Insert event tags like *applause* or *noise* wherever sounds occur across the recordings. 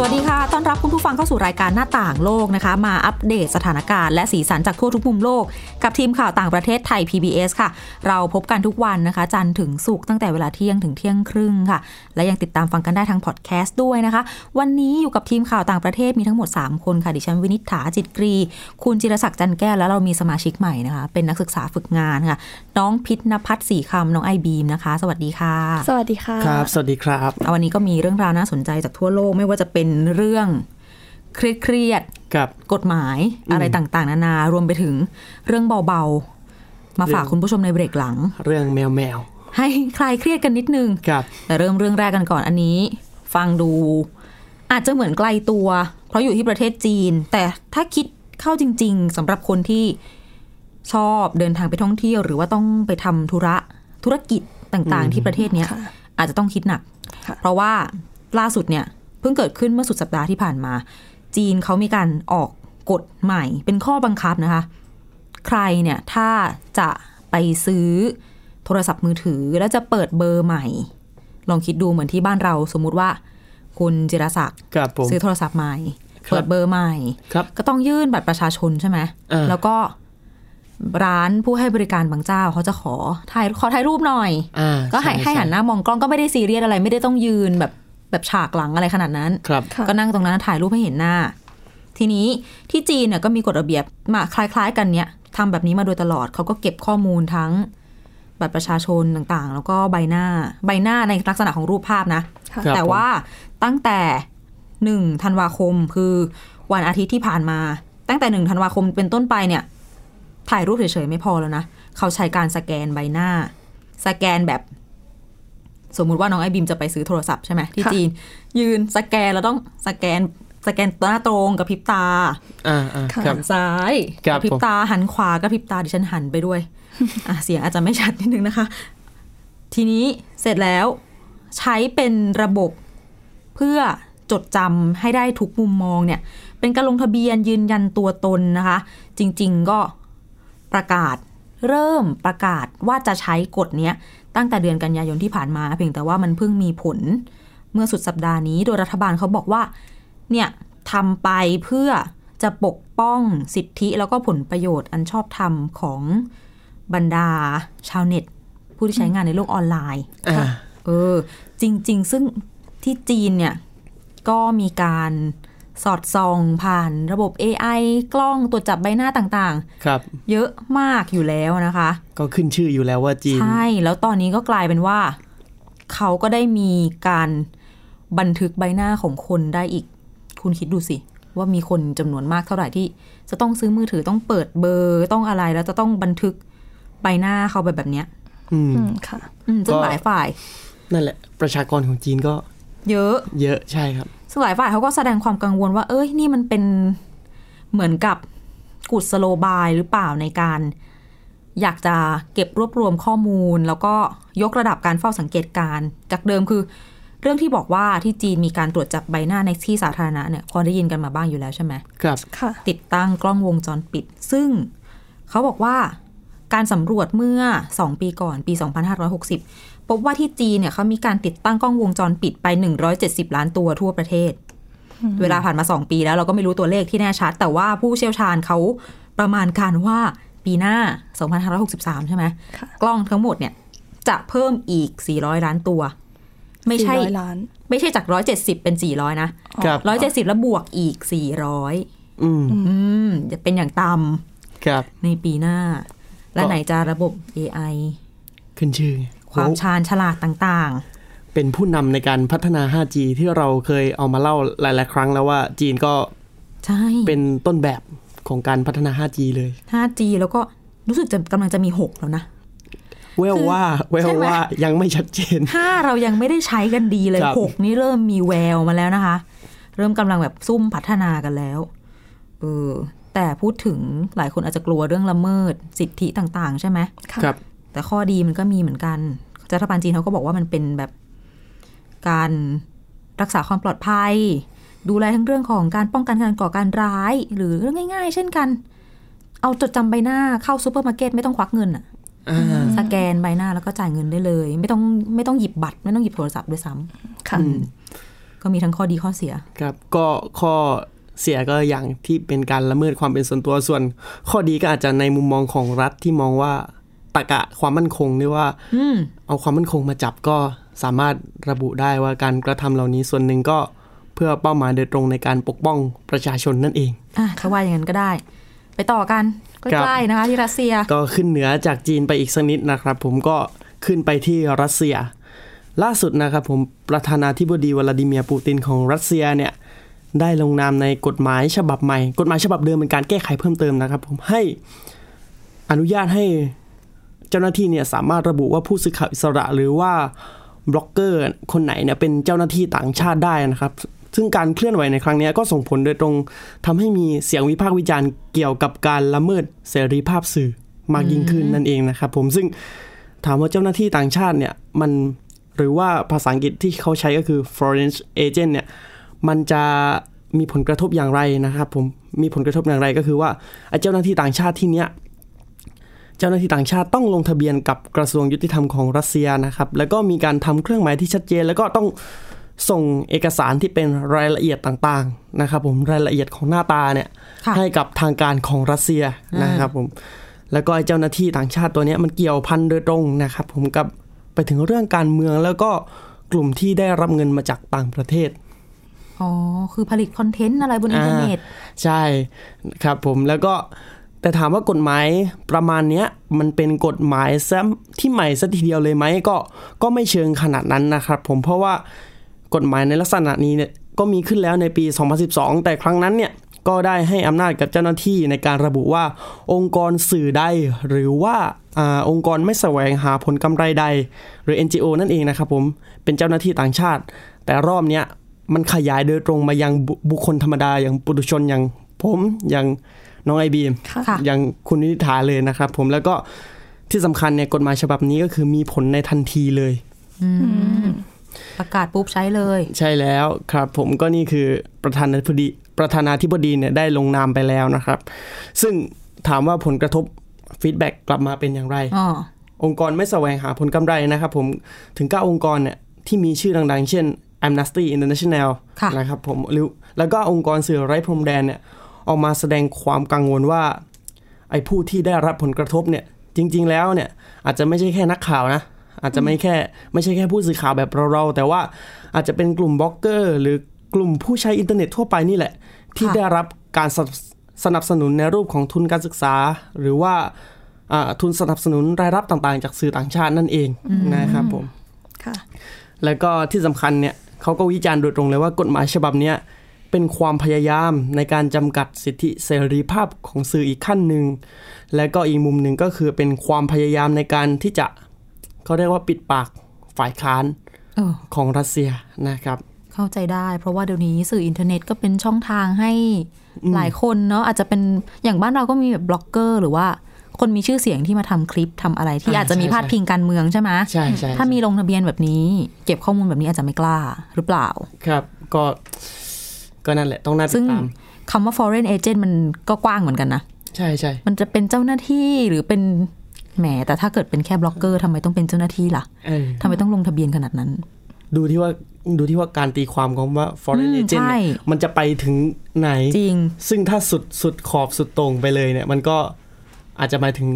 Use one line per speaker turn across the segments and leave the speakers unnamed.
สวัสดีค่ะ ต้อนรับคุณผู้ฟังเข้าสู่รายการหน้าต่างโลกนะคะ มาอัปเดตสถานการณ์และสีสันจากทั่วทุกมุมโลก กับทีมข่าวต่างประเทศไทย PBS ค่ะ เราพบกันทุกวันนะคะ จันทร์ถึงศุกร์ตั้งแต่เวลาเที่ยงถึงเที่ยงครึ่งค่ะ และยังติดตามฟังกันได้ทางพอดแคสต์ด้วยนะคะ วันนี้อยู่กับทีมข่าวต่างประเทศมีทั้งหมด 3 คนค่ะ ดิฉันวินิษฐาจิตกรี คุณจิรศักดิ์จันแก้ว แล้วเรามีสมาชิกใหม่นะคะ เป็นนักศึกษาฝึกงานค่ะ น้องพิษณพัฒน์สีคำน้องไอบีมนะคะ สวัสดีค่ะ
สวัสดีค่ะ
ครับ สวัสดีครับ
อ่ะวันนี้ก็มีเรื่องราวน่าสนใจจากทั่วโลกไม่ว่าจะเป็นเรื่องเครียด
กับ
ๆกฎหมายอะไรต่างๆ นานารวมไปถึงเรื่องเบาๆ มาฝาก
เรื่อง
คุณผู้ชมในเบรกหลัง
เรื่องแมวแมว
ให้คลายเครียดกันนิดนึง
กับ
แต่เริ่มเรื่องแรกกันก่อนอันนี้ ฟังดู อาจจะเหมือนไกลตัว เพราะอยู่ที่ประเทศจีน แต่ถ้าคิดเข้าจริง ๆสำหรับคนที่ชอบเดินทางไปท่องเที่ยว หรือว่าต้องไปทำธุระธุรกิจต่างๆ ที่ประเทศเนี้ย
ค่ะ
อาจจะต้องคิดหนัก
ค่ะ
เพราะว่าล่าสุดเนี่ย เพิ่งเกิดขึ้นเมื่อสุดสัปดาห์ที่ผ่านมา จีนเขามีการออกกฎใหม่ เป็นข้อบังคับนะคะ ใครเนี่ยถ้าจะไปซื้อโทรศัพท์มือถือแล้วจะเปิดเบอร์ใหม่ ลองคิดดูเหมือนที่บ้านเราสมมุติว่า คุณจิรศักดิ์
กับผม
ซื้อโทรศัพท์ใหม่
ครับ
เปิดเบอร์ใหม่
ครับ
ก็ต้องยื่นบัตรประชาชนใช่ไหม
เออ
แล้วก็ร้านผู้ให้บริการบางเจ้าเขาจะขอถ่ายขอถ่ายรูปหน่อย
อ่า
ก็ให้ให้หันหน้ามองกล้องก็ไม่ได้ซีเรียสอะไร ไม่ได้ต้องยืนแบบแบบฉากหลังอะไรขนาดนั้น
ครับ
ค่ะ
ก็นั่งตรงนั้นถ่ายรูปให้เห็นหน้า ทีนี้ที่จีนเนี่ยก็มีกฎระเบียบมาคล้ายๆ กันเนี่ยทำแบบนี้มาโดยตลอดเขาก็เก็บข้อมูลทั้งบัตรประชาชนต่างๆ แล้วก็ใบหน้าใบหน้าในลักษณะของรูปภาพนะ
ค่ะ
ครับ
แต่ว่าตั้งแต่หนึ่งธันวาคมคือวันอาทิตย์ที่ผ่านมา ตั้งแต่หนึ่งธันวาคมเป็นต้นไปเนี่ย ถ่ายรูปเฉยๆไม่พอแล้วนะ เขาใช้การสแกนใบหน้า สแกนแบบ สมมุติว่าน้องไอบิมจะไปซื้อโทรศัพท์ใช่ไหมที่
ค่ะ
จีน ยืนสแกนแล้วต้องสแกนสแกนหน้าตรงกับพริบตา
อ่าอ่า
ค่ะ
ครับ
หันซ้าย
ค
ก
รั
ระ
บ
พริ
ผ
บ
ม
ตาหันขวากระพริบตาดิฉันหันไปด้วยอ่ะเสียงอาจจะไม่ชัดนิดนึงนะคะ ทีนี้เสร็จแล้วใช้เป็นระบบเพื่อจดจำให้ได้ทุกมุมมองเนี่ย เป็นการลงทะเบียนยืนยันตัวตนนะคะ จริงๆก็ประกาศเริ่มประกาศว่าจะใช้กฎเนี้ย ตั้งแต่เดือนกันยายนที่ผ่านมา เพียงแต่ว่ามันเพิ่งมีผล เมื่อสุดสัปดาห์นี้โดยรัฐบาลเขาบอกว่า เนี่ยทำไปเพื่อจะปกป้องสิทธิแล้วก็ผลประโยชน์อันชอบธรรมของบรรดาชาวเน็ต ผู้ที่ใช้งานในโลกออนไลน์
อ่า
เออ จริง ๆ ซึ่งที่จีนเนี่ย ก็มีการสอดส่องผ่านระบบ AI กล้องตรวจจับใบหน้าต่าง
ครับ
ๆ เยอะมากอยู่แล้วนะคะ
ก็ขึ้นชื่ออยู่แล้วว่าจีน
ใช่ แล้วตอนนี้ก็กลายเป็นว่า เขาก็ได้มีการบันทึกใบหน้าของคนได้อีก คุณคิดดูสิ ว่ามีคนจำนวนมากเท่าไหร่ที่ จะต้องซื้อมือถือต้องเปิดเบอร์ต้องอะไรแล้วจะต้องบันทึกใบหน้าเขาไปแบบเนี้ย
อืม
อืมค่ะ
อืมซึ่ง
ก็
หลายฝ่าย
นั่นแหละ ประชากรของจีนก็
เยอะ
เยอะใช่ครับ
ซึ่งหลายฝ่ายเขาก็แสดงความกังวลว่า เอ้ย นี่มันเป็นเหมือนกับกุศโลบายหรือเปล่าในการ อยากจะเก็บรวบรวมข้อมูล แล้วก็ยกระดับการเฝ้าสังเกตการณ์จากเดิมคือ เรื่องที่บอกว่าที่จีนมีการตรวจจับใบหน้าในที่สาธารณะเนี่ยพอได้ยินกันมาบ้างอยู่แล้วใช่ไหม
ครับ
ค่ะ
ติดตั้งกล้องวงจรปิด ซึ่งเขาบอกว่าการสำรวจเมื่อ 2 ปีก่อนปี 2560 พบว่าที่จีนเนี่ยเขามีการติดตั้งกล้องวงจรปิดไป 170 ล้านตัวทั่วประเทศ เวลาผ่านมา 2 ปีแล้วเราก็ไม่รู้ตัวเลขที่แน่ชัด แต่ว่าผู้เชี่ยวชาญเขาประมาณการว่าปีหน้า 2563 ใช่ไหม
ค่ะ
กล้องทั้งหมดเนี่ยจะเพิ่มอีก 400 ล้านตัว ไม่ใช่
สี่ร้อยล้าน
ไม่ใช่จาก 170 เป็น 400 นะ
ครับ
170 แล้วบวกอีก 400
อืม
อืมจะเป็นอย่างต่
ครับ
ำในปีหน้า และ
ก็
ไหนจะระบบ AI
ขึ้นชื่อไง
ความ
โอ้
ชาญฉลาดต่าง
เป็นผู้นำในการพัฒนา 5G ที่เราเคยเอามาเล่าหลาย ๆ ครั้งแล้วว่าจีนก็
ๆ ใช่
เป็นต้นแบบของการพัฒนา 5G เลย
5G แล้วก็รู้สึกจะกำลังจะมี 6 แล้วนะ
เวลว่าเวล
ใช่ไหม
ว่ายังไม่ชัดเจน
5 เรายังไม่ได้ใช้กันดีเลย
ครับ
6 นี่เริ่มมีแววมาแล้วนะคะ เริ่มกำลังแบบซุ่มพัฒนากันแล้วเออแต่พูดถึงหลายคนอาจจะกลัวเรื่องละเมิดสิทธิต่าง ๆ ใช่ไหม
ค่ะ
ครับ
แต่ข้อดีมันก็มีเหมือนกันรัฐบาลจีนเขาก็บอกว่ามันเป็นแบบการ รักษาความปลอดภัย ดูแลทั้งเรื่องของการป้องกันการก่อการร้าย หรือเรื่องง่าย ๆ เช่นกัน เอาจดจำใบหน้าเข้าซูเปอร์มาร์เก็ตไม่ต้องควักเงินอะ
อ่า
สแกนใบหน้าแล้วก็จ่ายเงินได้เลย ไม่ต้องไม่ต้องหยิบบัตรไม่ต้องหยิบโทรศัพท์ด้วยซ้ำ
ค่ะ
อืมก็มีทั้งข้อดีข้อเสีย
ครับก็ข้อเสียก็อย่างที่เป็นการละเมิดความเป็นส่วนตัวส่วน ข้อดีก็อาจจะในมุมมองของรัฐที่มองว่าตะกะความมั่นคงนี่ว่า
อืม
เอาความมั่นคงมาจับก็สามารถระบุได้ว่าการกระทำเหล่านี้ส่วนหนึ่งก็เพื่อเป้าหมายโดยตรงในการปกป้องประชาชนนั่นเอง
อ่ะถ้าว่าอย่างนั้นก็ได้ ไปต่อกันใกล้ๆนะคะที่รัสเซีย
ก็ขึ้นเหนือจากจีนไปอีกสักนิดนะครับ ผมก็ขึ้นไปที่รัสเซีย ล่าสุดนะครับผมประธานาธิบดีวลาดิเมียร์ปูตินของรัสเซียเนี่ยได้ลงนามในกฎหมายฉบับใหม่ กฎหมายฉบับเดิมเป็นการแก้ไขเพิ่มเติมนะครับ ผมให้อนุญาตให้เจ้าหน้าที่เนี่ยสามารถระบุว่าผู้สื่อข่าวอิสระหรือว่าบล็อกเกอร์คนไหนเนี่ยเป็นเจ้าหน้าที่ต่างชาติได้นะครับ ซึ่งการเคลื่อนไหวในครั้งเนี้ยก็ส่งผลโดยตรงทำให้มีเสียงวิพากษ์วิจารณ์เกี่ยวกับการละเมิดเสรีภาพสื่อมากยิ่งขึ้นนั่นเองนะครับ ผมซึ่ง ถามว่าเจ้าหน้าที่ต่างชาติเนี่ยมันหรือว่าภาษาอังกฤษที่เขาใช้ก็คือ foreign agent เนี่ยมันจะมีผลกระทบอย่างไรนะครับผมมีผลกระทบอย่างไรก็คือว่าไอ้เจ้าหน้าที่ต่างชาติที่เนี้ยเจ้าหน้าที่ต่างชาติต้องลงทะเบียนกับกระทรวงยุติธรรมของรัสเซียนะครับ แล้วก็มีการทำเครื่องหมายที่ชัดเจน แล้วก็ต้องส่งเอกสารที่เป็นรายละเอียดต่างๆนะครับผมรายละเอียดของหน้าตาเนี่ย
ค่ะ
ให้กับทางการของรัสเซียนะครับผม แล้วก็ไอ้เจ้าหน้าที่ต่างชาติตัวเนี้ยมันเกี่ยวพันโดยตรงนะครับ ผมกับไปถึงเรื่องการเมืองแล้วก็กลุ่มที่ได้รับเงินมาจากต่างประเทศ
อ๋อ คือผลิตคอนเทนต์อะไรบนอินเทอร์เน็ต
ใช่ครับผมแล้วก็แต่ถามว่ากฎหมายประมาณเนี้ยมันเป็นกฎหมายซะที่ใหม่ซะทีเดียวเลยไหมก็ก็ไม่เชิงขนาดนั้นนะครับผมเพราะว่ากฎหมายในลักษณะนี้เนี่ยก็มีขึ้นแล้วในปี 2012 แต่ครั้งนั้นเนี่ยก็ได้ให้อำนาจกับเจ้าหน้าที่ในการระบุว่าองค์กรสื่อใด หรือว่าอาองค์กรไม่แสวงหาผลกำไรใด หรือ NGO นั่นเองนะครับผมเป็นเจ้าหน้าที่ต่างชาติ แต่รอบเนี้ย มันขยายโดยตรงมายังบุบุคคลธรรมดาอย่างปุถุชนอย่างผมอย่างน้องไอบีม
ค่ะ
ค่ะ
อย่างคุณนิธิฐาเลยนะครับผมแล้วก็ที่สำคัญเนี่ยกฎหมายฉบับนี้ก็คือมีผลในทันทีเลย
ประกาศปุ๊บใช้เลย
ใช่แล้วครับ ผมก็นี่คือประธานาธิบดีประธานาธิบดีเนี่ยได้ลงนามไปแล้วนะครับ ซึ่งถามว่าผลกระทบฟีดแบ็กกลับมาเป็นอย่างไร
อ๋อ
องค์กรไม่แสวงหาผลกำไรนะครับผมถึง 9 องค์กรเนี่ยที่มีชื่อดังๆ เช่น Amnesty International
ค่ะ
นะครับผมหรือแล้วก็องค์กรสื่อไร้พรมแดนเนี่ยออกมาแสดงความกังวลว่า ไอ้ผู้ที่ได้รับผลกระทบเนี่ยจริงๆแล้วเนี่ยอาจจะไม่ใช่แค่นักข่าวนะ อาจจะไม่แค่ไม่ใช่แค่ผู้สื่อข่าวแบบเราๆแต่ว่าอาจจะเป็นกลุ่มบล็อกเกอร์ หรือกลุ่มผู้ใช้อินเทอร์เน็ตทั่วไปนี่แหละ ที่
ค่ะ
ได้รับการสนับสนับสนุนในรูปของทุนการศึกษา หรือว่าอ่าทุนสนับสนุนรายรับต่างๆ จากสื่อต่างชาตินั่นเองนะครับผม
ค่ะ
แล้วก็ที่สำคัญเนี่ยเขาก็วิจารณ์โดยตรงเลยว่ากฎหมายฉบับเนี้ยเป็นความพยายามในการจำกัดสิทธิเสรีภาพของสื่ออีกขั้นหนึ่ง และก็อีกมุมหนึ่งก็คือเป็นความพยายามในการที่จะเขาเรียกว่าปิดปากฝ่ายค้าน
เออ
ของรัสเซียนะครับ
เข้าใจได้ เพราะว่าเดี๋ยวนี้สื่ออินเทอร์เน็ตก็เป็นช่องทางให้หลายคนเนาะอาจจะเป็นอย่างบ้านเราก็มีแบบบล็อกเกอร์ หรือว่าคนมีชื่อเสียงที่มาทำคลิปทำอะไรที่
อ่า
อาจจะมี
ใช่
พาด
ใช่
พิงการเมืองใช่ไหม
ใช่ใช่
ถ้ามีลงทะเบียนแบบนี้ เก็บข้อมูลแบบนี้อาจจะไม่กล้าหรือเปล่า
ครับก็ก็นั่นแหละต้องน่าติ
ซึ่ง
ดตาม
คำว่า foreign agent มันก็กว้างเหมือนกันนะ
ใช่ใช่
มันจะเป็นเจ้าหน้าที่หรือเป็นแหม แต่ถ้าเกิดเป็นแค่บล็อกเกอร์ทำไมต้องเป็นเจ้าหน้าที่ล่ะ
เออ
ทำไมต้องลงทะเบียนขนาดนั้น
ดูที่ว่าดูที่ว่าการตีความของว่า foreign
อืม
agent
ใช่
เนี่ยมันจะไปถึงไหน
จริง
ซึ่งถ้าสุดสุดขอบสุดตรงไปเลยเนี่ย มันก็อาจจะหมายถึง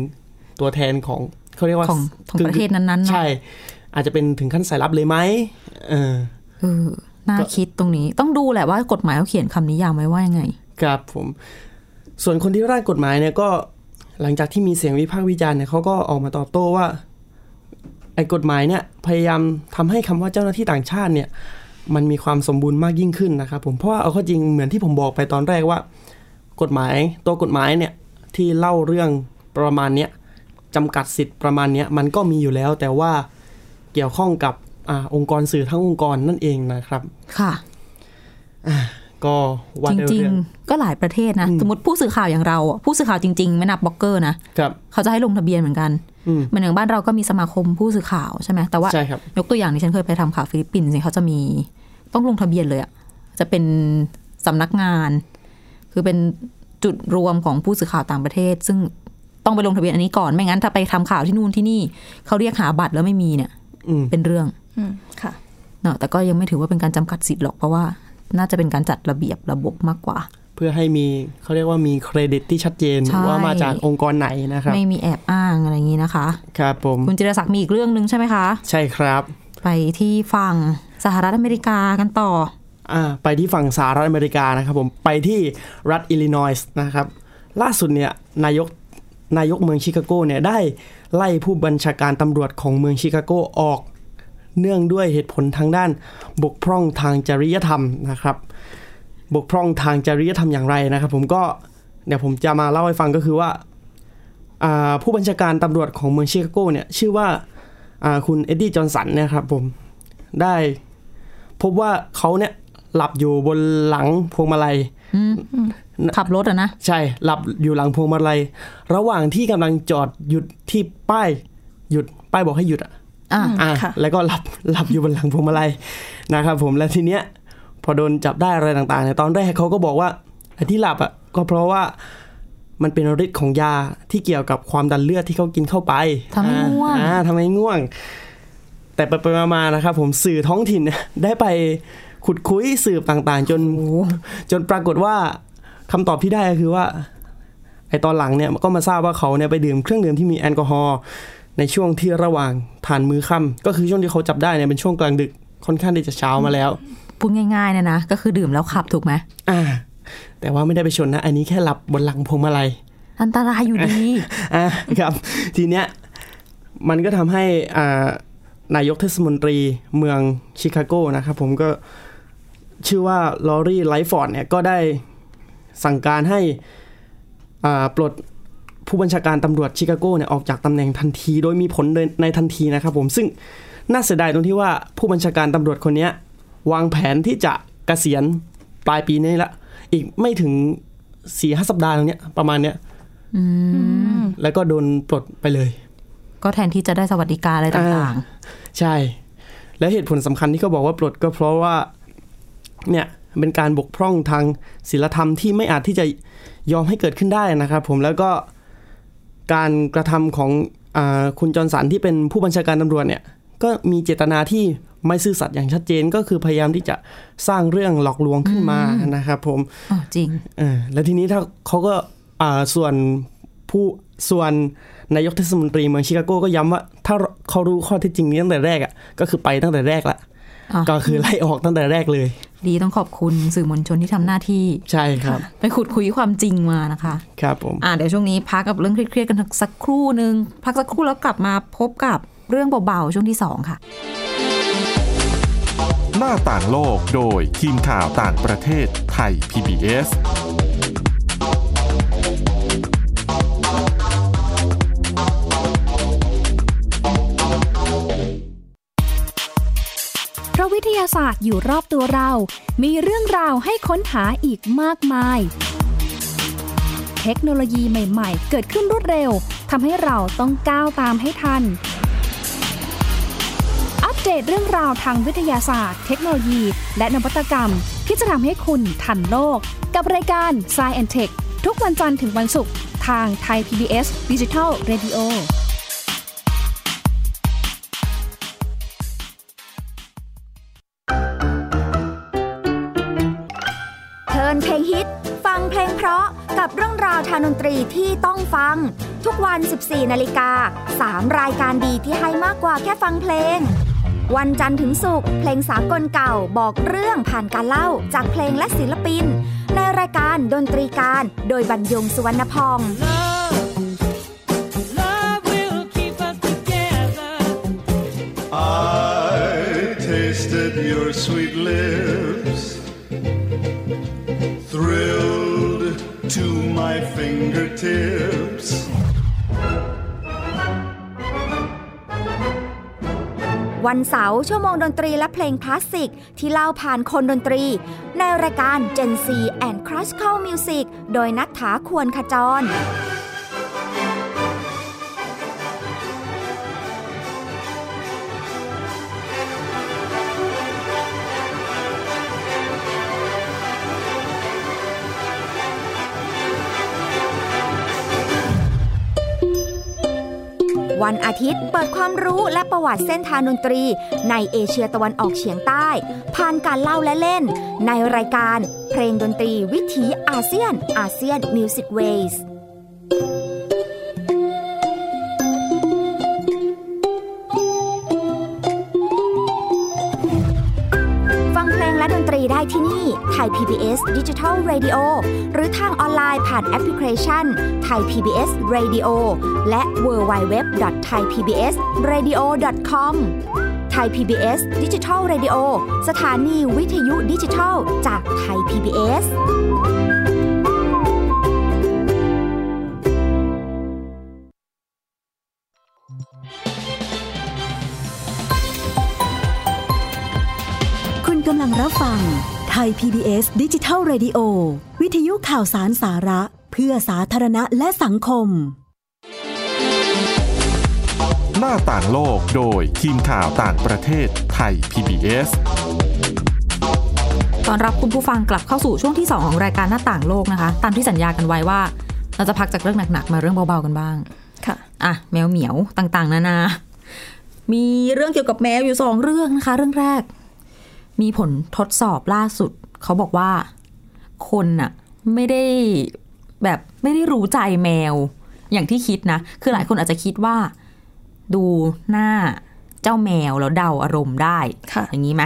ตัวแทนของเขาเรียกว่า
ของของประเทศนั้นๆเนอะ
ใช่ อาจจะเป็นถึงขั้นสายลับเลยไหมเออ
เออน่า
ก็
คิดตรงนี้ต้องดูแหละว่ากฎหมายเขาเขียนคำนิยามไว้ว่ายังไง
ครับผม ส่วนคนที่ร่างกฎหมายเนี่ยก็หลังจากที่มีเสียงวิพากษ์วิจารณ์เนี่ยเขาก็ออกมาตอบโต้ว่าไอ้กฎหมายเนี่ยพยายามทำให้คำว่าเจ้าหน้าที่ต่างชาติเนี่ย มันมีความสมบูรณ์มากยิ่งขึ้นนะครับผมเพราะว่าเอาเข้อจริงเหมือนที่ผมบอกไปตอนแรกว่า กฎหมายตัวกฎหมายเนี่ยที่เล่าเรื่องประมาณเนี้ยจำกัดสิทธิ์ประมาณเนี้ยมันก็มีอยู่แล้ว แต่ว่าเกี่ยวข้องกับอาองค์กรสื่อทั้งองค์กรนั่นเองนะครับ
ค่ะ
ก็วั
จ
นเดี
ริ
ย
ง
ว
ๆ ก็หลายประเทศนะ สมมติผู้สื่อข่าวอย่างเราอะผู้สื่อข่าวจริง ๆ ไม่นับบล็อกเกอร์นะ
ครับ
เขาจะให้ลงทะเบียนเหมือนกัน
อืม
เหมือนอย่างบ้านเราก็มีสมาคมผู้สื่อข่าวใช่ไหมแต่ว่า
ใช่ครับ
ยกตัวอย่างที่ฉันเคยไปทำข่าวฟิลิปปินส์เนี่ยเขาจะมี ต้องลงทะเบียนเลยอะจะเป็นสำนักงาน คือเป็นจุดรวมของผู้สื่อข่าวต่างประเทศ ซึ่งต้องไปลงทะเบียนอันนี้ก่อนไม่งั้นถ้าไปทำข่าวที่นู่นที่นี่เขาเรียกหาบัตรแล้วไม่มีเนี่ย
อืม
เป็นเรื่อง
อืมค่ะ
เนาะแต่ก็ยังไม่ถือว่าเป็นการจำกัดสิทธิ์หรอกเพราะว่าน่าจะเป็นการจัดระเบียบระบบมากกว่า
เพื่อให้มีเขาเรียกว่ามีเครดิตที่ชัดเจน
ใช่
ว่ามาจากองค์กรไหนนะครับ
ไม่มีแอบอ้างอะไรอย่างนี้นะคะ
ครับผม
คุณจิรศักดิ์มีอีกเรื่องหนึ่งใช่ไหมคะ
ใช่ครับ
ไปที่ฝั่งสหรัฐอเมริกากันต่อ
อ่าไปที่ฝั่งสหรัฐอเมริกานะครับผมไปที่รัฐอิลลินอยส์นะครับ ล่าสุดเนี่ยนายกนายกเมืองชิคาโกเนี่ยได้ไล่ผู้บัญชาการตำรวจของเมืองชิคาโกออก เนื่องด้วยเหตุผลทางด้านบกพร่องทางจริยธรรมนะครับ บกพร่องทางจริยธรรมอย่างไรนะครับ ผมก็เดี๋ยวผมจะมาเล่าให้ฟังก็คือว่าอ่าผู้บัญชาการตำรวจของเมืองชิคาโกเนี่ยชื่อว่าอ่าคุณเอ็ดดี้จอห์นสันเนะครับผมได้ พบว่าเขาเนี่ยหลับอยู่บนหลังพวงมาลัย
ขับรถอะนะ
ใช่หลับอยู่หลังพวงมาลัย ระหว่างที่กำลังจอดหยุดที่ป้ายหยุดป้ายบอกให้หยุดอ่ะ
อ่ะ
อ่ะ
ค่ะ
แล้วก็หลับ *laughs* หลับอยู่บนหลังพวงมาลัยนะครับผมแล้วทีเนี้ยพอโดนจับได้อะไรต่างๆเนี่ยตอนแรกเขาก็บอกว่าไอ้ที่หลับอ่ะก็เพราะว่ามันเป็นฤทธิ์ของยาที่เกี่ยวกับความดันเลือดที่เขากินเข้าไป
ทำให้ง่วง
อ่าอ่าทำให้ง่วง แต่ไปๆมาๆนะครับผมสื่อท้องถิ่นเนี่ยได้ไปขุดคุยสืบต่างๆ จน
โอ้โห
จนปรากฏว่าคำตอบที่ได้ก็คือว่าไอตอนหลังเนี่ยก็มาทราบว่าเขาเนี่ยไปดื่มเครื่องดื่มที่มีแอลกอฮอล์ในช่วงที่ระหว่างทานมื้อค่ำก็คือช่วงที่เขาจับได้เนี่ยเป็นช่วงกลางดึกค่อนข้างที่จะเช้ามาแล้ว
พูดง่ายๆเนะนะ ก็คือดื่มแล้วขับถูกไหม
อ่า แต่ว่าไม่ได้ไปชนนะ อันนี้แค่หลับบนหลังพวงมาลัย
อันตรายอยู่ดี *laughs*
อ่ะ *laughs* ครับ ทีเนี้ยมันก็ทำให้อ่านายกเทศมนตรีเมืองชิคาโกนะครับผมก็ชื่อว่าลอรี่ไลฟ์ฟอร์ดเนี่ยก็ได้สั่งการให้อ่าปลดผู้บัญชาการตำรวจชิคาโกเนี่ยออกจากตำแหน่งทันที โดยมีผลในทันทีนะครับผมซึ่งน่าเสียดายตรงที่ว่าผู้บัญชาการตำรวจคนเนี้ยวางแผนที่จะเกษียณปลายปีนี้ละ อีกไม่ถึงสี่ห้าสัปดาห์ตรงเนี้ยประมาณเนี้ย แล้วก็โดนปลดไปเลย
ก็แทนที่จะได้สวัสดิการอะไรต่าง
ใช่ และเหตุผลสำคัญที่เขาบอกว่าปลดก็เพราะว่าเนี่ยเป็นการบกพร่องทางศีลธรรมที่ไม่อาจที่จะยอมให้เกิดขึ้นได้นะครับผมแล้วก็การกระทำของอาคุณจอร์นสันที่เป็นผู้บัญชาการตำรวจเนี่ยก็มีเจตนาที่ไม่ซื่อสัตย์อย่างชัดเจนก็คือพยายามที่จะสร้างเรื่องหลอกลวงขึ้นมานะครับผม
ๆอ๋อจริง
เออแล้วทีนี้ถ้าเขาก็อ่าส่วนผู้ส่วนนายกเทศมนตรีเมืองชิคาโกก็ย้ำว่า ถ้าเขารู้ข้อเท็จจริงนี้ตั้งแต่แรกอ่ะก็คือไปตั้งแต่แรกละ
อ่ะ
ก็คือไล่ออกตั้งแต่แรกเลย
ดีต้องขอบคุณสื่อมวลชนที่ทำหน้าที่
ใช่ครับ
ไปขุดคุยความจริงมานะคะ
ครับผม
อ่าเดี๋ยวช่วงนี้พักกับเรื่องเครียดๆกันสักครู่หนึ่งพักสักครู่แล้วกลับมาพบกับเรื่องเบาๆช่วงที่สองค่ะ
หน้าต่างโลกโดยทีมข่าวต่างประเทศไทย PBS
เพราะวิทยาศาสตร์อยู่รอบตัวเรา มีเรื่องราวให้ค้นหาอีกมากมาย เทคโนโลยีใหม่ ๆ เกิดขึ้นรวดเร็ว ทำให้เราต้องก้าวตามให้ทัน อัปเดตเรื่องราวทางวิทยาศาสตร์ เทคโนโลยี และนวัตกรรม ที่จะทำให้คุณทันโลก กับรายการ s c i e n t e c h ทุกวันจันทร์ถึงวันศุกร์ทางไทย PBS Digital Radio
เทิร์นเพลงฮิต ฟังเพลงเพราะกับเรื่องราวทางดนตรีที่ต้องฟัง ทุกวัน 14 นาฬิกา 3 รายการดีที่ให้มากกว่าแค่ฟังเพลง วันจันทร์ถึงศุกร์เพลงสากลเก่าบอกเรื่องผ่านการเล่าจากเพลงและศิลปิน ในรายการดนตรีการโดยบรรยงสุวรรณพองษ์
Love will keep us together.
I tasted your sweet lips, thrilled to my fingertips.
วันเสาร์ชั่วโมงดนตรีและเพลงคลาสสิก ที่เล่าผ่านคนดนตรี ในรายการ Gen C and Classical Music โดยนัทถาควรขจร
I
วันอาทิตย์เปิดความรู้และประวัติเส้นทางดนตรี ในเอเชียตะวันออกเฉียงใต้ ผ่านการเล่าและเล่น ในรายการเพลงดนตรีวิถีอาเซียนอาเซียนมิวสิกเวส ฟังเพลงและดนตรีได้ที่นี่ไทย PBS Digital Radio หรือทางออนไลน์ผ่านแอปพลิเคชันไทย PBS Radio และ w w w t h a i PBS Radio com ไทย PBS Digital Radio สถานีวิทยุดิจิทัลจากไทย PBS
คุณกำลังรับฟังไทย PBS ดิจิทัล Radio วิทยุข่าวสารสาระ เพื่อสาธารณะและสังคม
หน้าต่างโลกโดยทีมข่าวต่างประเทศไทย PBS
ตอนรับคุณผู้ฟังกลับเข้าสู่ช่วงที่ 2 ของรายการหน้าต่างโลกนะคะ ตามที่สัญญากันไว้ว่า เราจะพักจากเรื่องหนักๆ มาเรื่องเบาๆกันบ้าง
ค่ะ
อ่ะแมวเหมียวต่างๆ นานา มีเรื่องเกี่ยวกับแมวอยู่สองเรื่องนะคะ เรื่องแรก มีผลทดสอบล่าสุด เขาบอกว่า คนน่ะ ไม่ได้แบบไม่ได้รู้ใจแมว อย่างที่คิดนะ คือหลายคนอาจจะคิดว่า ดูหน้าเจ้าแมวแล้วเดาอารมณ์ได้
ค่ะ
อย่างนี้ไหม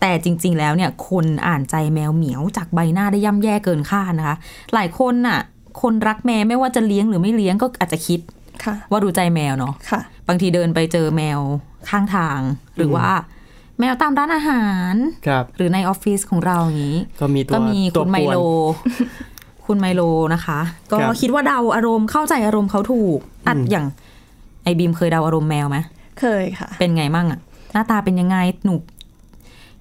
แต่จริง ๆ แล้วเนี่ย คนอ่านใจแมวเหมียวจากใบหน้าได้ย่ำแย่เกินคาดนะคะ หลายคนน่ะ คนรักแมวไม่ว่าจะเลี้ยงหรือไม่เลี้ยงก็อาจจะคิด
ค่ะ
ว่าดูใจแมวเนาะ
ค่ะ
บางทีเดินไปเจอแมวข้างทาง หรือว่า แมวตามร้านอาหาร
ครับ
หรือในออฟฟิศของเราอย่างนี้
ก็มีตัว
ก็มี
ตั
คุ
ว
ณไม
ป่วน *laughs*
โล คุณไมโลนะคะ ก็
ครับ
คิดว่าเดาอารมณ์เข้าใจอารมณ์เขาถูกอัดอย่าง ไอบีมเคยเดาอารมณ์แมวไหม
เคยค่ะ
เป็นไงมั่งอะหน้าตาเป็นยังไงหนู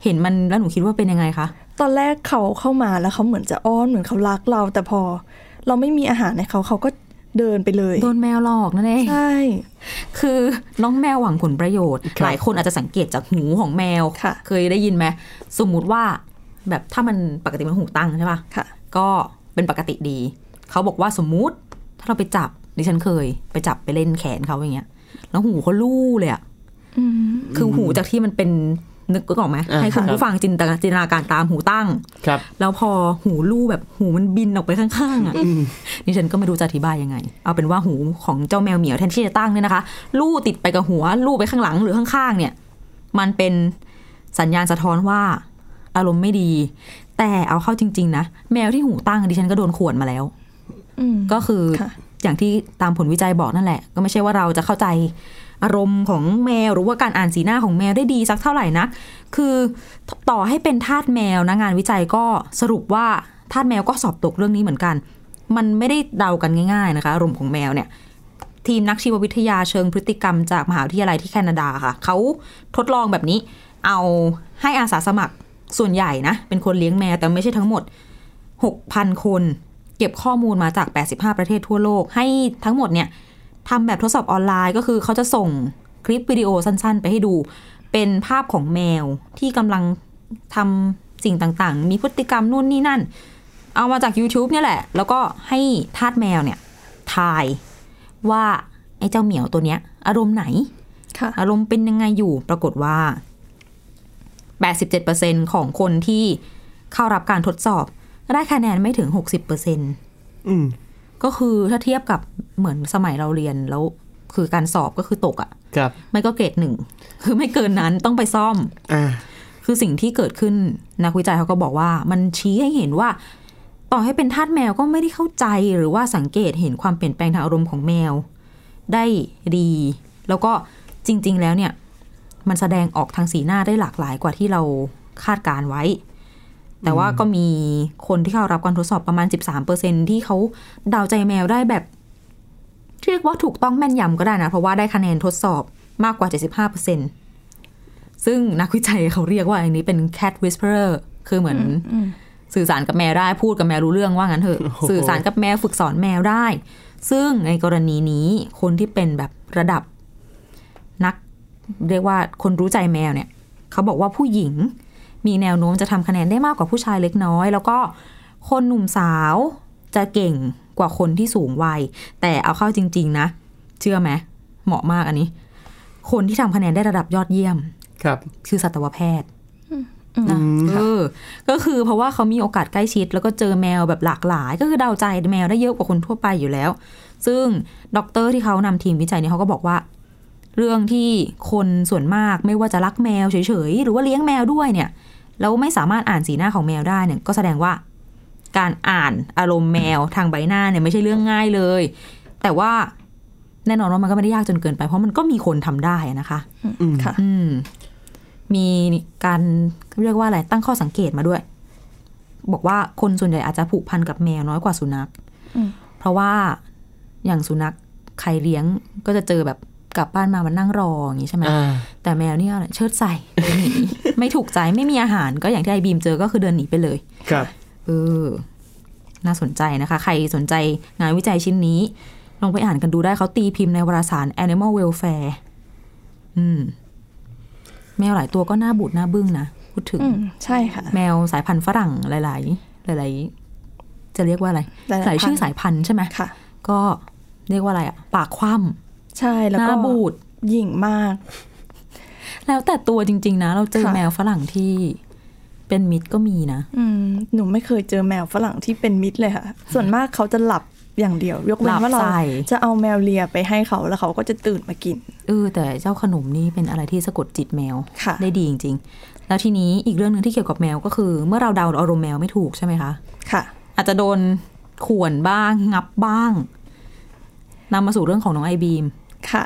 เห็นมันแล้วหนูคิดว่าเป็นยังไงคะ
ตอนแรกเขาเข้ามาแล้วเขาเหมือนจะอ้อนเหมือนเขารักเรา แต่พอ เราไม่มีอาหารให้เขาเขาก็เดินไปเลย
โดนแมวหลอกนั่นเอง
ใช่
คือน้องแมวหวังผลประโยชน์
ครับ
หลายคนอาจจะสังเกตจากหูของแมว
ค่ะ
เคยได้ยินไหมสมมุติว่าแบบถ้ามันปกติมันหูตั้งใช่ปะ
ค่ะ
ก็เป็นปกติดี เขาบอกว่าสมมุติถ้าเราไปจับดิฉันเคย ไปจับไปเล่นแขนเขาอย่างเงี้ยแล้วหูเขาลู่เลยอะ
อืม
คือหูจากที่มันเป็นนึกออกไหม
อ่า
ให้คุณ
ครับ
ผู้ฟังจินตนาจินตนาการตามหูตั้ง
ครับ
แล้วพอหูลู่แบบหูมันบินออกไปข้างๆอ่ะดิฉันก็ไม่รู้จะอธิบายยังไง เอาเป็นว่าหูของเจ้าแมวเหมียวแทนที่จะตั้งเนี่ยนะคะลู่ติดไปกับหัวลู่ไปข้างหลังหรือข้างๆ เนี่ย มันเป็นสัญญาณสะท้อนว่า อารมณ์ไม่ดี แต่เอาเข้าจริง ๆ นะ แมวที่หูตั้งดิฉันก็โดนข่วนมาแล้ว
อืม
ก็คือ
ค่ะ
อย่างที่ตามผลวิจัยบอกนั่นแหละ ก็ไม่ใช่ว่าเราจะเข้าใจอารมณ์ของแมวหรือว่าการอ่านสีหน้าของแมวได้ดีสักเท่าไหร่นัก คือต่อให้เป็นทาสแมวนะงานวิจัยก็สรุปว่าทาสแมวก็สอบตกเรื่องนี้เหมือนกัน มันไม่ได้เดากันง่าย ๆนะคะ อารมณ์ของแมวเนี่ย ทีมนักชีววิทยาเชิงพฤติกรรมจากมหาวิทยาลัยที่แคนาดาค่ะเขาทดลองแบบนี้ เอาให้อาสาสมัครส่วนใหญ่นะ เป็นคนเลี้ยงแมวแต่ไม่ใช่ทั้งหมด 6,000 คน เก็บข้อมูลมาจาก 85 ประเทศทั่วโลก ให้ทั้งหมดเนี่ยทำแบบทดสอบออนไลน์ก็คือเขาจะส่งคลิปวิดีโอสั้น ๆ ไปให้ดู เป็นภาพของแมวที่กำลังทำสิ่งต่างๆ มีพฤติกรรมนู่นนี่นั่น เอามาจาก YouTube เนี่ยแหละ แล้วก็ให้ทาสแมวเนี่ยทายว่าไอ้เจ้าเหมียวตัวเนี้ย อารมณ์ไหน
ค่ะ
อารมณ์เป็นยังไงอยู่ปรากฏว่า 87%ของคนที่เข้ารับการทดสอบ ได้คะแนนไม่ถึง 60%
อืม
ก็คือถ้าเทียบกับเหมือนสมัยเราเรียนแล้ว คือการสอบก็คือตกอะ่ะ
ครับ
ไม่ก็เกรดหนึ่ง *laughs* คือไม่เกินนั้นต้องไปซ่อม
อ่า
คือสิ่งที่เกิดขึ้นนักวิจัยเขาก็บอกว่ามันชี้ให้เห็นว่า ต่อให้เป็นทาสแมวก็ไม่ได้เข้าใจหรือว่าสังเกตเห็นความเปลี่ยนแปลงทางอารมณ์ของแมว ได้ดี แล้วก็จริง ๆ แล้วเนี่ย มันแสดงออกทางสีหน้าได้หลากหลายกว่าที่เราคาดการไว้ แต่ว่าก็มีคนที่เข้ารับการทดสอบประมาณ 13%ที่เขาเดาใจแมวได้แบบเรียกว่าถูกต้องแม่นยำก็ได้นะ เพราะว่าได้คะแนนทดสอบมากกว่า 75% ซึ่งนักวิจัยเขาเรียกว่าอันนี้เป็น cat whisperer คือเหมือนสื่อสารกับแมวได้พูดกับแมวรู้เรื่องว่างั้นเถ *laughs* อะ สื่อสารกับแมวฝึกสอนแมวได้ ซึ่งในกรณีนี้คนที่เป็นแบบระดับนัก เรียกว่าคนรู้ใจแมวเนี่ย เขาบอกว่าผู้หญิงมีแนวโน้มจะทำคะแนนได้มากกว่าผู้ชายเล็กน้อย แล้วก็คนหนุ่มสาวจะเก่งกว่าคนที่สูงวัย แต่เอาเข้าจริง ๆ นะ เชื่อไหม เหมาะมากอันนี้ คนที่ทำคะแนนได้ระดับยอดเยี่ยม
ครับ
คือสัตวแพทย์นะเออ ก็คือเพราะว่าเขามีโอกาสใกล้ชิด แล้วก็เจอแมวแบบหลากหลาย ก็คือเดาใจแมวได้เยอะกว่าคนทั่วไปอยู่แล้ว ซึ่งด็อกเตอร์ที่เขานำทีมวิจัยเนี่ยเขาก็บอกว่า เรื่องที่คนส่วนมากไม่ว่าจะรักแมวเฉยๆ หรือว่าเลี้ยงแมวด้วยเนี่ย แล้วไม่สามารถอ่านสีหน้าของแมวได้เนี่ย ก็แสดงว่า การอ่านอารมณ์แมวทางใบหน้าเนี่ยไม่ใช่เรื่องง่ายเลย แต่ว่าแน่นอนว่ามันก็ไม่ได้ยากจนเกินไปเพราะมันก็มีคนทำได้อะนะคะ
อืม
ค่ะ
อืมมีการเรียกว่าอะไรตั้งข้อสังเกตมาด้วย บอกว่าคนส่วนใหญ่อาจจะผูกพันกับแมวน้อยกว่าสุนัข
อืม
เพราะว่าอย่างสุนัขใครเลี้ยงก็จะเจอแบบกลับบ้านมามันนั่งรออย่างนี้ใช่ไหม
อ่า
แต่แมวเนี่ยเชิดใส่เดินหนี ไม่ถูกใจไม่มีอาหารก็อย่างที่ไอบีมเจอก็คือเดินหนีไปเลย
ครับ
เออ น่าสนใจนะคะ ใครสนใจงานวิจัยชิ้นนี้ ลองไปอ่านกันดูได้เขาตีพิมพ์ในวารสาร Animal Welfare อืม แมวหลายตัวก็หน้าบูดหน้าบึ้งนะ พูดถึง
อืมใช่ค่ะ
แมวสายพันธุ์ฝรั่งหลาย ๆ หลาย ๆ จะเรียกว่าอะไร
หลายๆ
หลายชื่อ
พันธุ์
สายพันธุ์ใช่ไหม
ค่ะ
ก็เรียกว่าอะไรอะปากคว่
ใช่
ำ
แล้ว
หน้า
ก็
บูด
หยิ่งมาก
แล้วแต่ตัวจริง ๆ นะ เราเจอ
ค่ะ
แมวฝรั่งที่เป็นมิตรก็มีนะ
อืมหนูไม่เคยเจอแมวฝรั่งที่เป็นมิตรเลยค่ะ ส่วนมากเขาจะหลับอย่างเดียว ยกเว้
หลั
น
บ
ว่าเรา
ใส่
จะเอาแมวเลียไปให้เขาแล้วเขาก็จะตื่นมากิน
เออแต่เจ้าขนมนี่เป็นอะไรที่สะกดจิตแมว
ค่ะ
ได้ดีจริง ๆ แล้วทีนี้อีกเรื่องหนึ่งที่เกี่ยวกับแมวก็คือ เมื่อเราเดาอารมณ์แมวไม่ถูกใช่ไหมคะ
ค่ะ
อาจจะโดนข่วนบ้าง งับบ้างนำมาสู่เรื่องของน้องไอบีม
ค่ะ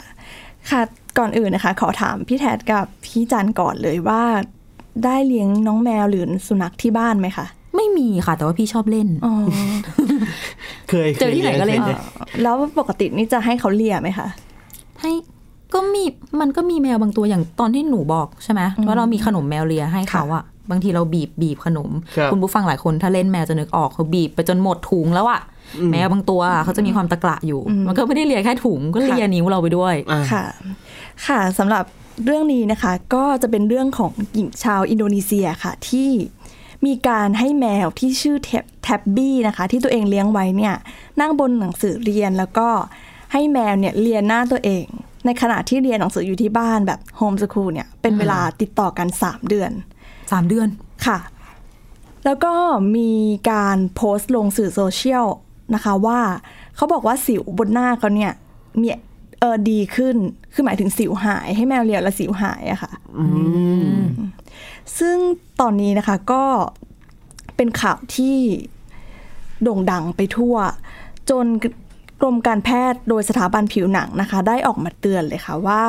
ค่ะ ก่อนอื่นนะคะ ขอถามพี่แทดกับพี่จันก่อนเลยว่า ได้เลี้ยงน้องแมวหรือสุนัขที่บ้านไหมคะ
ไม่มีค่ะ แต่ว่าพี่ชอบเล่น
อ๋อ
เคย
เจอที่ไหนก็เล่น
คย
*laughs* แล้วปกตินี่จะให้เขาเลียไหมคะ
ให้ก็มีมันก็มีแมวบางตัวอย่างตอนที่หนูบอกใช่ไหม
อืม
ว่าเรามีขนมแมวเลียให้เขาอะบางทีเราบีบบีบขนม
ครับ
คุณผู้ฟังหลายคนถ้าเล่นแมวจะนึกออกเขาบีบไปจนหมดถุงแล้วอะ
อืม
แมวบางตัวอะเขาจะมีความตะกระอยู่
อืม
มันก็ไม่ได้เลียแค่ถุงก็เลีย
ค่ะ
นิ้วเราไปด้วย
อ่า
ค่ะ ค่ะสำหรับเรื่องนี้นะคะ ก็จะเป็นเรื่องของหญิงชาวอินโดนีเซียค่ะ ที่มีการให้แมวที่ชื่อแท็บแท็บบี้นะคะ ที่ตัวเองเลี้ยงไว้เนี่ย นั่งบนหนังสือเรียนแล้วก็ให้แมวเนี่ยเรียนหน้าตัวเอง ในขณะที่เรียนหนังสืออยู่ที่บ้านแบบโฮมสคูลเนี่ยเป็นเวลาติดต่อกัน 3 เดือน
สามเดือน
ค่ะ แล้วก็มีการโพสต์ลงสื่อโซเชียลนะคะว่าเขาบอกว่าสิวบนหน้าเขาเนี่ยมีเออดีขึ้น คือหมายถึงสิวหายให้แมวเลียและสิวหายอะค่ะ
อืม
ซึ่งตอนนี้นะคะก็เป็นข่าวที่โด่งดังไปทั่ว จนกรมการแพทย์โดยสถาบันผิวหนังนะคะ ได้ออกมาเตือนเลยค่ะว่า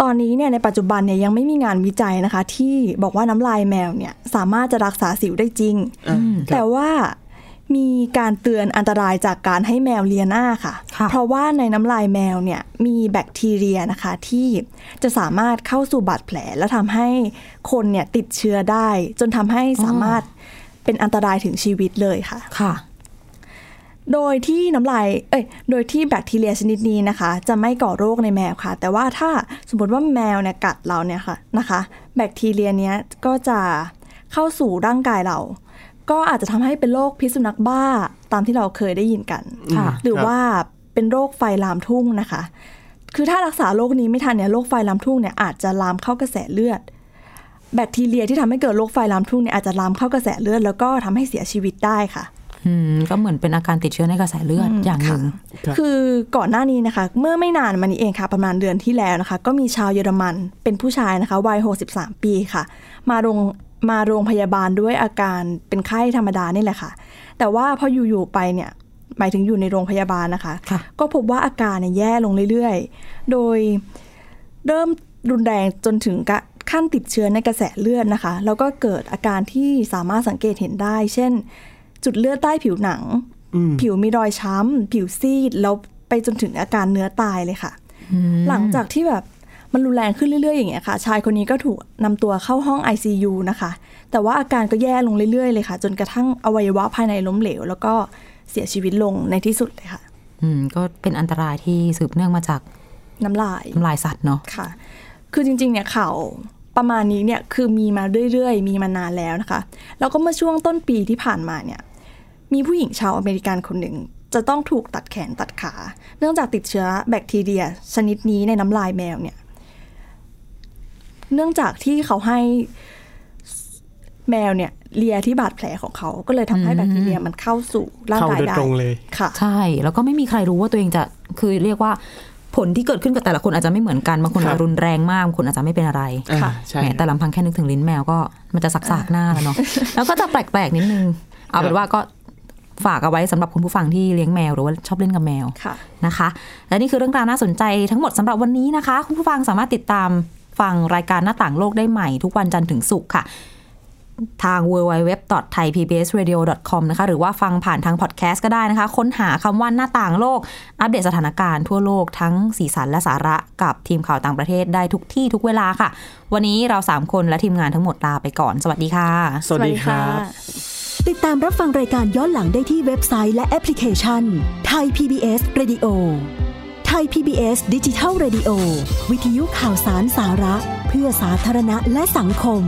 ตอนนี้เนี่ยในปัจจุบันเนี่ยยังไม่มีงานวิจัยนะคะ ที่บอกว่าน้ำลายแมวเนี่ยสามารถจะรักษาสิวได้จริง
อ่าครับ
แต่ว่ามีการเตือนอันตรายจากการให้แมวเลียหน้าค่ะ
ค่ะ
เพราะว่าในน้ำลายแมวเนี่ยมีแบคทีเรียนะคะที่จะสามารถเข้าสู่บาดแผล และทำให้คนเนี่ยติดเชื้อได้ จนทำให้สามารถเป็นอันตรายถึงชีวิตเลยค่ะ
ค่ะ
โดยที่น้ำลาย เอ้ย โดยที่แบคทีเรียชนิดนี้นะคะ จะไม่ก่อโรคในแมวค่ะ แต่ว่าถ้าสมมติว่าแมวเนี่ยกัดเราเนี่ยค่ะนะคะ แบคทีเรียเนี้ยก็จะเข้าสู่ร่างกายเรา ก็อาจจะทำให้เป็นโรคพิษสุนัขบ้าตามที่เราเคยได้ยินกัน
ค่ะ
หรือว่าเป็นโรคไฟลามทุ่งนะคะ คือถ้ารักษาโรคนี้ไม่ทันเนี่ยโรคไฟลามทุ่งเนี่ยอาจจะลามเข้ากระแสเลือด แบคทีเรียที่ทำให้เกิดโรคไฟลามทุ่งเนี่ยอาจจะลามเข้ากระแสเลือดแล้วก็ทำให้เสียชีวิตได้ค่ะ
อืมก็เหมือนเป็นอาการติดเชื้อในกระแสเลือดอย่างหนึ่ง
ครับ
คือก่อนหน้านี้นะคะ เมื่อไม่นานมานี้เองค่ะ ประมาณเดือนที่แล้วนะคะ ก็มีชาวเยอรมันเป็นผู้ชายนะคะวัย 63 ปีค่ะ มาโรงมาโรงพยาบาลด้วยอาการเป็นไข้ธรรมดานี่แหละค่ะ แต่ว่าพออยู่ ๆ ไปเนี่ยหมายถึงอยู่ในโรงพยาบาลนะคะ
ค่ะ
ก็พบว่าอาการเนี่ยแย่ลงเรื่อยๆ โดยเริ่มรุนแรงจนถึงกะขั้นติดเชื้อในกระแสเลือดนะคะ แล้วก็เกิดอาการที่สามารถสังเกตเห็นได้ เช่น จุดเลือดใต้ผิวหนัง
อืม
ผิวมีรอยช้ำ ผิวซีด แล้วไปจนถึงอาการเนื้อตายเลยค่ะ หลังจากที่แบบมันรุนแรงขึ้นเรื่อย ๆ อย่างเงี้ยค่ะ ชายคนนี้ก็ถูกนำตัวเข้าห้อง ICU นะคะ แต่ว่าอาการก็แย่ลงเรื่อย ๆ เลยค่ะ จนกระทั่งอวัยวะภายในล้มเหลว แล้วก็เสียชีวิตลงในที่สุดเลยค่ะ
อืมก็เป็นอันตรายที่สืบเนื่องมาจาก
น้ำลาย
น้ำลายสัตว์เนาะ
ค่ะ คือจริง ๆ เนี่ยข่าวประมาณนี้เนี่ยคือมีมาเรื่อย ๆ มีมานานแล้วนะคะ แล้วก็เมื่อช่วงต้นปีที่ผ่านมาเนี่ย มีผู้หญิงชาวอเมริกันคนหนึ่ง จะต้องถูกตัดแขนตัดขา เนื่องจากติดเชื้อแบคทีเรีย ชนิดนี้ในน้ำลายแมวเนี่ย เนื่องจากที่เขาให้แมวเนี่ยเลียที่บาดแผลของเขา ก็เลยทำให้แบคทีเรียมันเข้าสู่ร่า
เข้าก
งาย
โดย
ได้
ตรงเลย
ค่ะ
ใช่ แล้วก็ไม่มีใครรู้ว่าตัวเองจะคือเรียกว่าผลที่เกิดขึ้นกับแต่ละคนอาจจะไม่เหมือนกันบางคน
ครับ
รุนแรงมากบางคนอาจจะไม่เป็นอะไร
อ่า
ค่ะ
ใช่
แหมแต่ลำพังแค่นึกถึงลิ้นแมวก็มันจะสักๆหน้าแล้วเนาะ *laughs* แล้วก็จะแปลกๆนิดนึง เอาเป็นว่าก็ฝากเอาไว้สำหรับคุณผู้ฟังที่เลี้ยงแมวหรือว่าชอบเล่นกับแมว
ค่ะ
นะคะและนี่คือเรื่องราวน่าสนใจทั้งหมดสำหรับวันนี้นะคะ คุณผู้ฟังสามารถติดตามฟังรายการหน้าต่างโลกได้ใหม่ทุกวันจันทร์ถึงศุกร์ค่ะ ทาง www.thaipbsradio.com นะคะหรือว่าฟังผ่านทางพอดแคสต์ก็ได้นะคะ ค้นหาคำว่าหน้าต่างโลก อัปเดตสถานการณ์ทั่วโลกทั้งสีสันและสาระกับทีมข่าวต่างประเทศได้ทุกที่ทุกเวลาค่ะ วันนี้เราสามคนและทีมงานทั้งหมดลาไปก่อน สวัสดีค่ะ
สวัสดีครับ
ติดตามรับฟังรายการย้อนหลังได้ที่เว็บไซต์และแอปพลิเคชันไทย PBS Radio ไทย PBS ดิจิทัล Radio วิทยุข่าวสารสาระ เพื่อสาธารณะและสังคม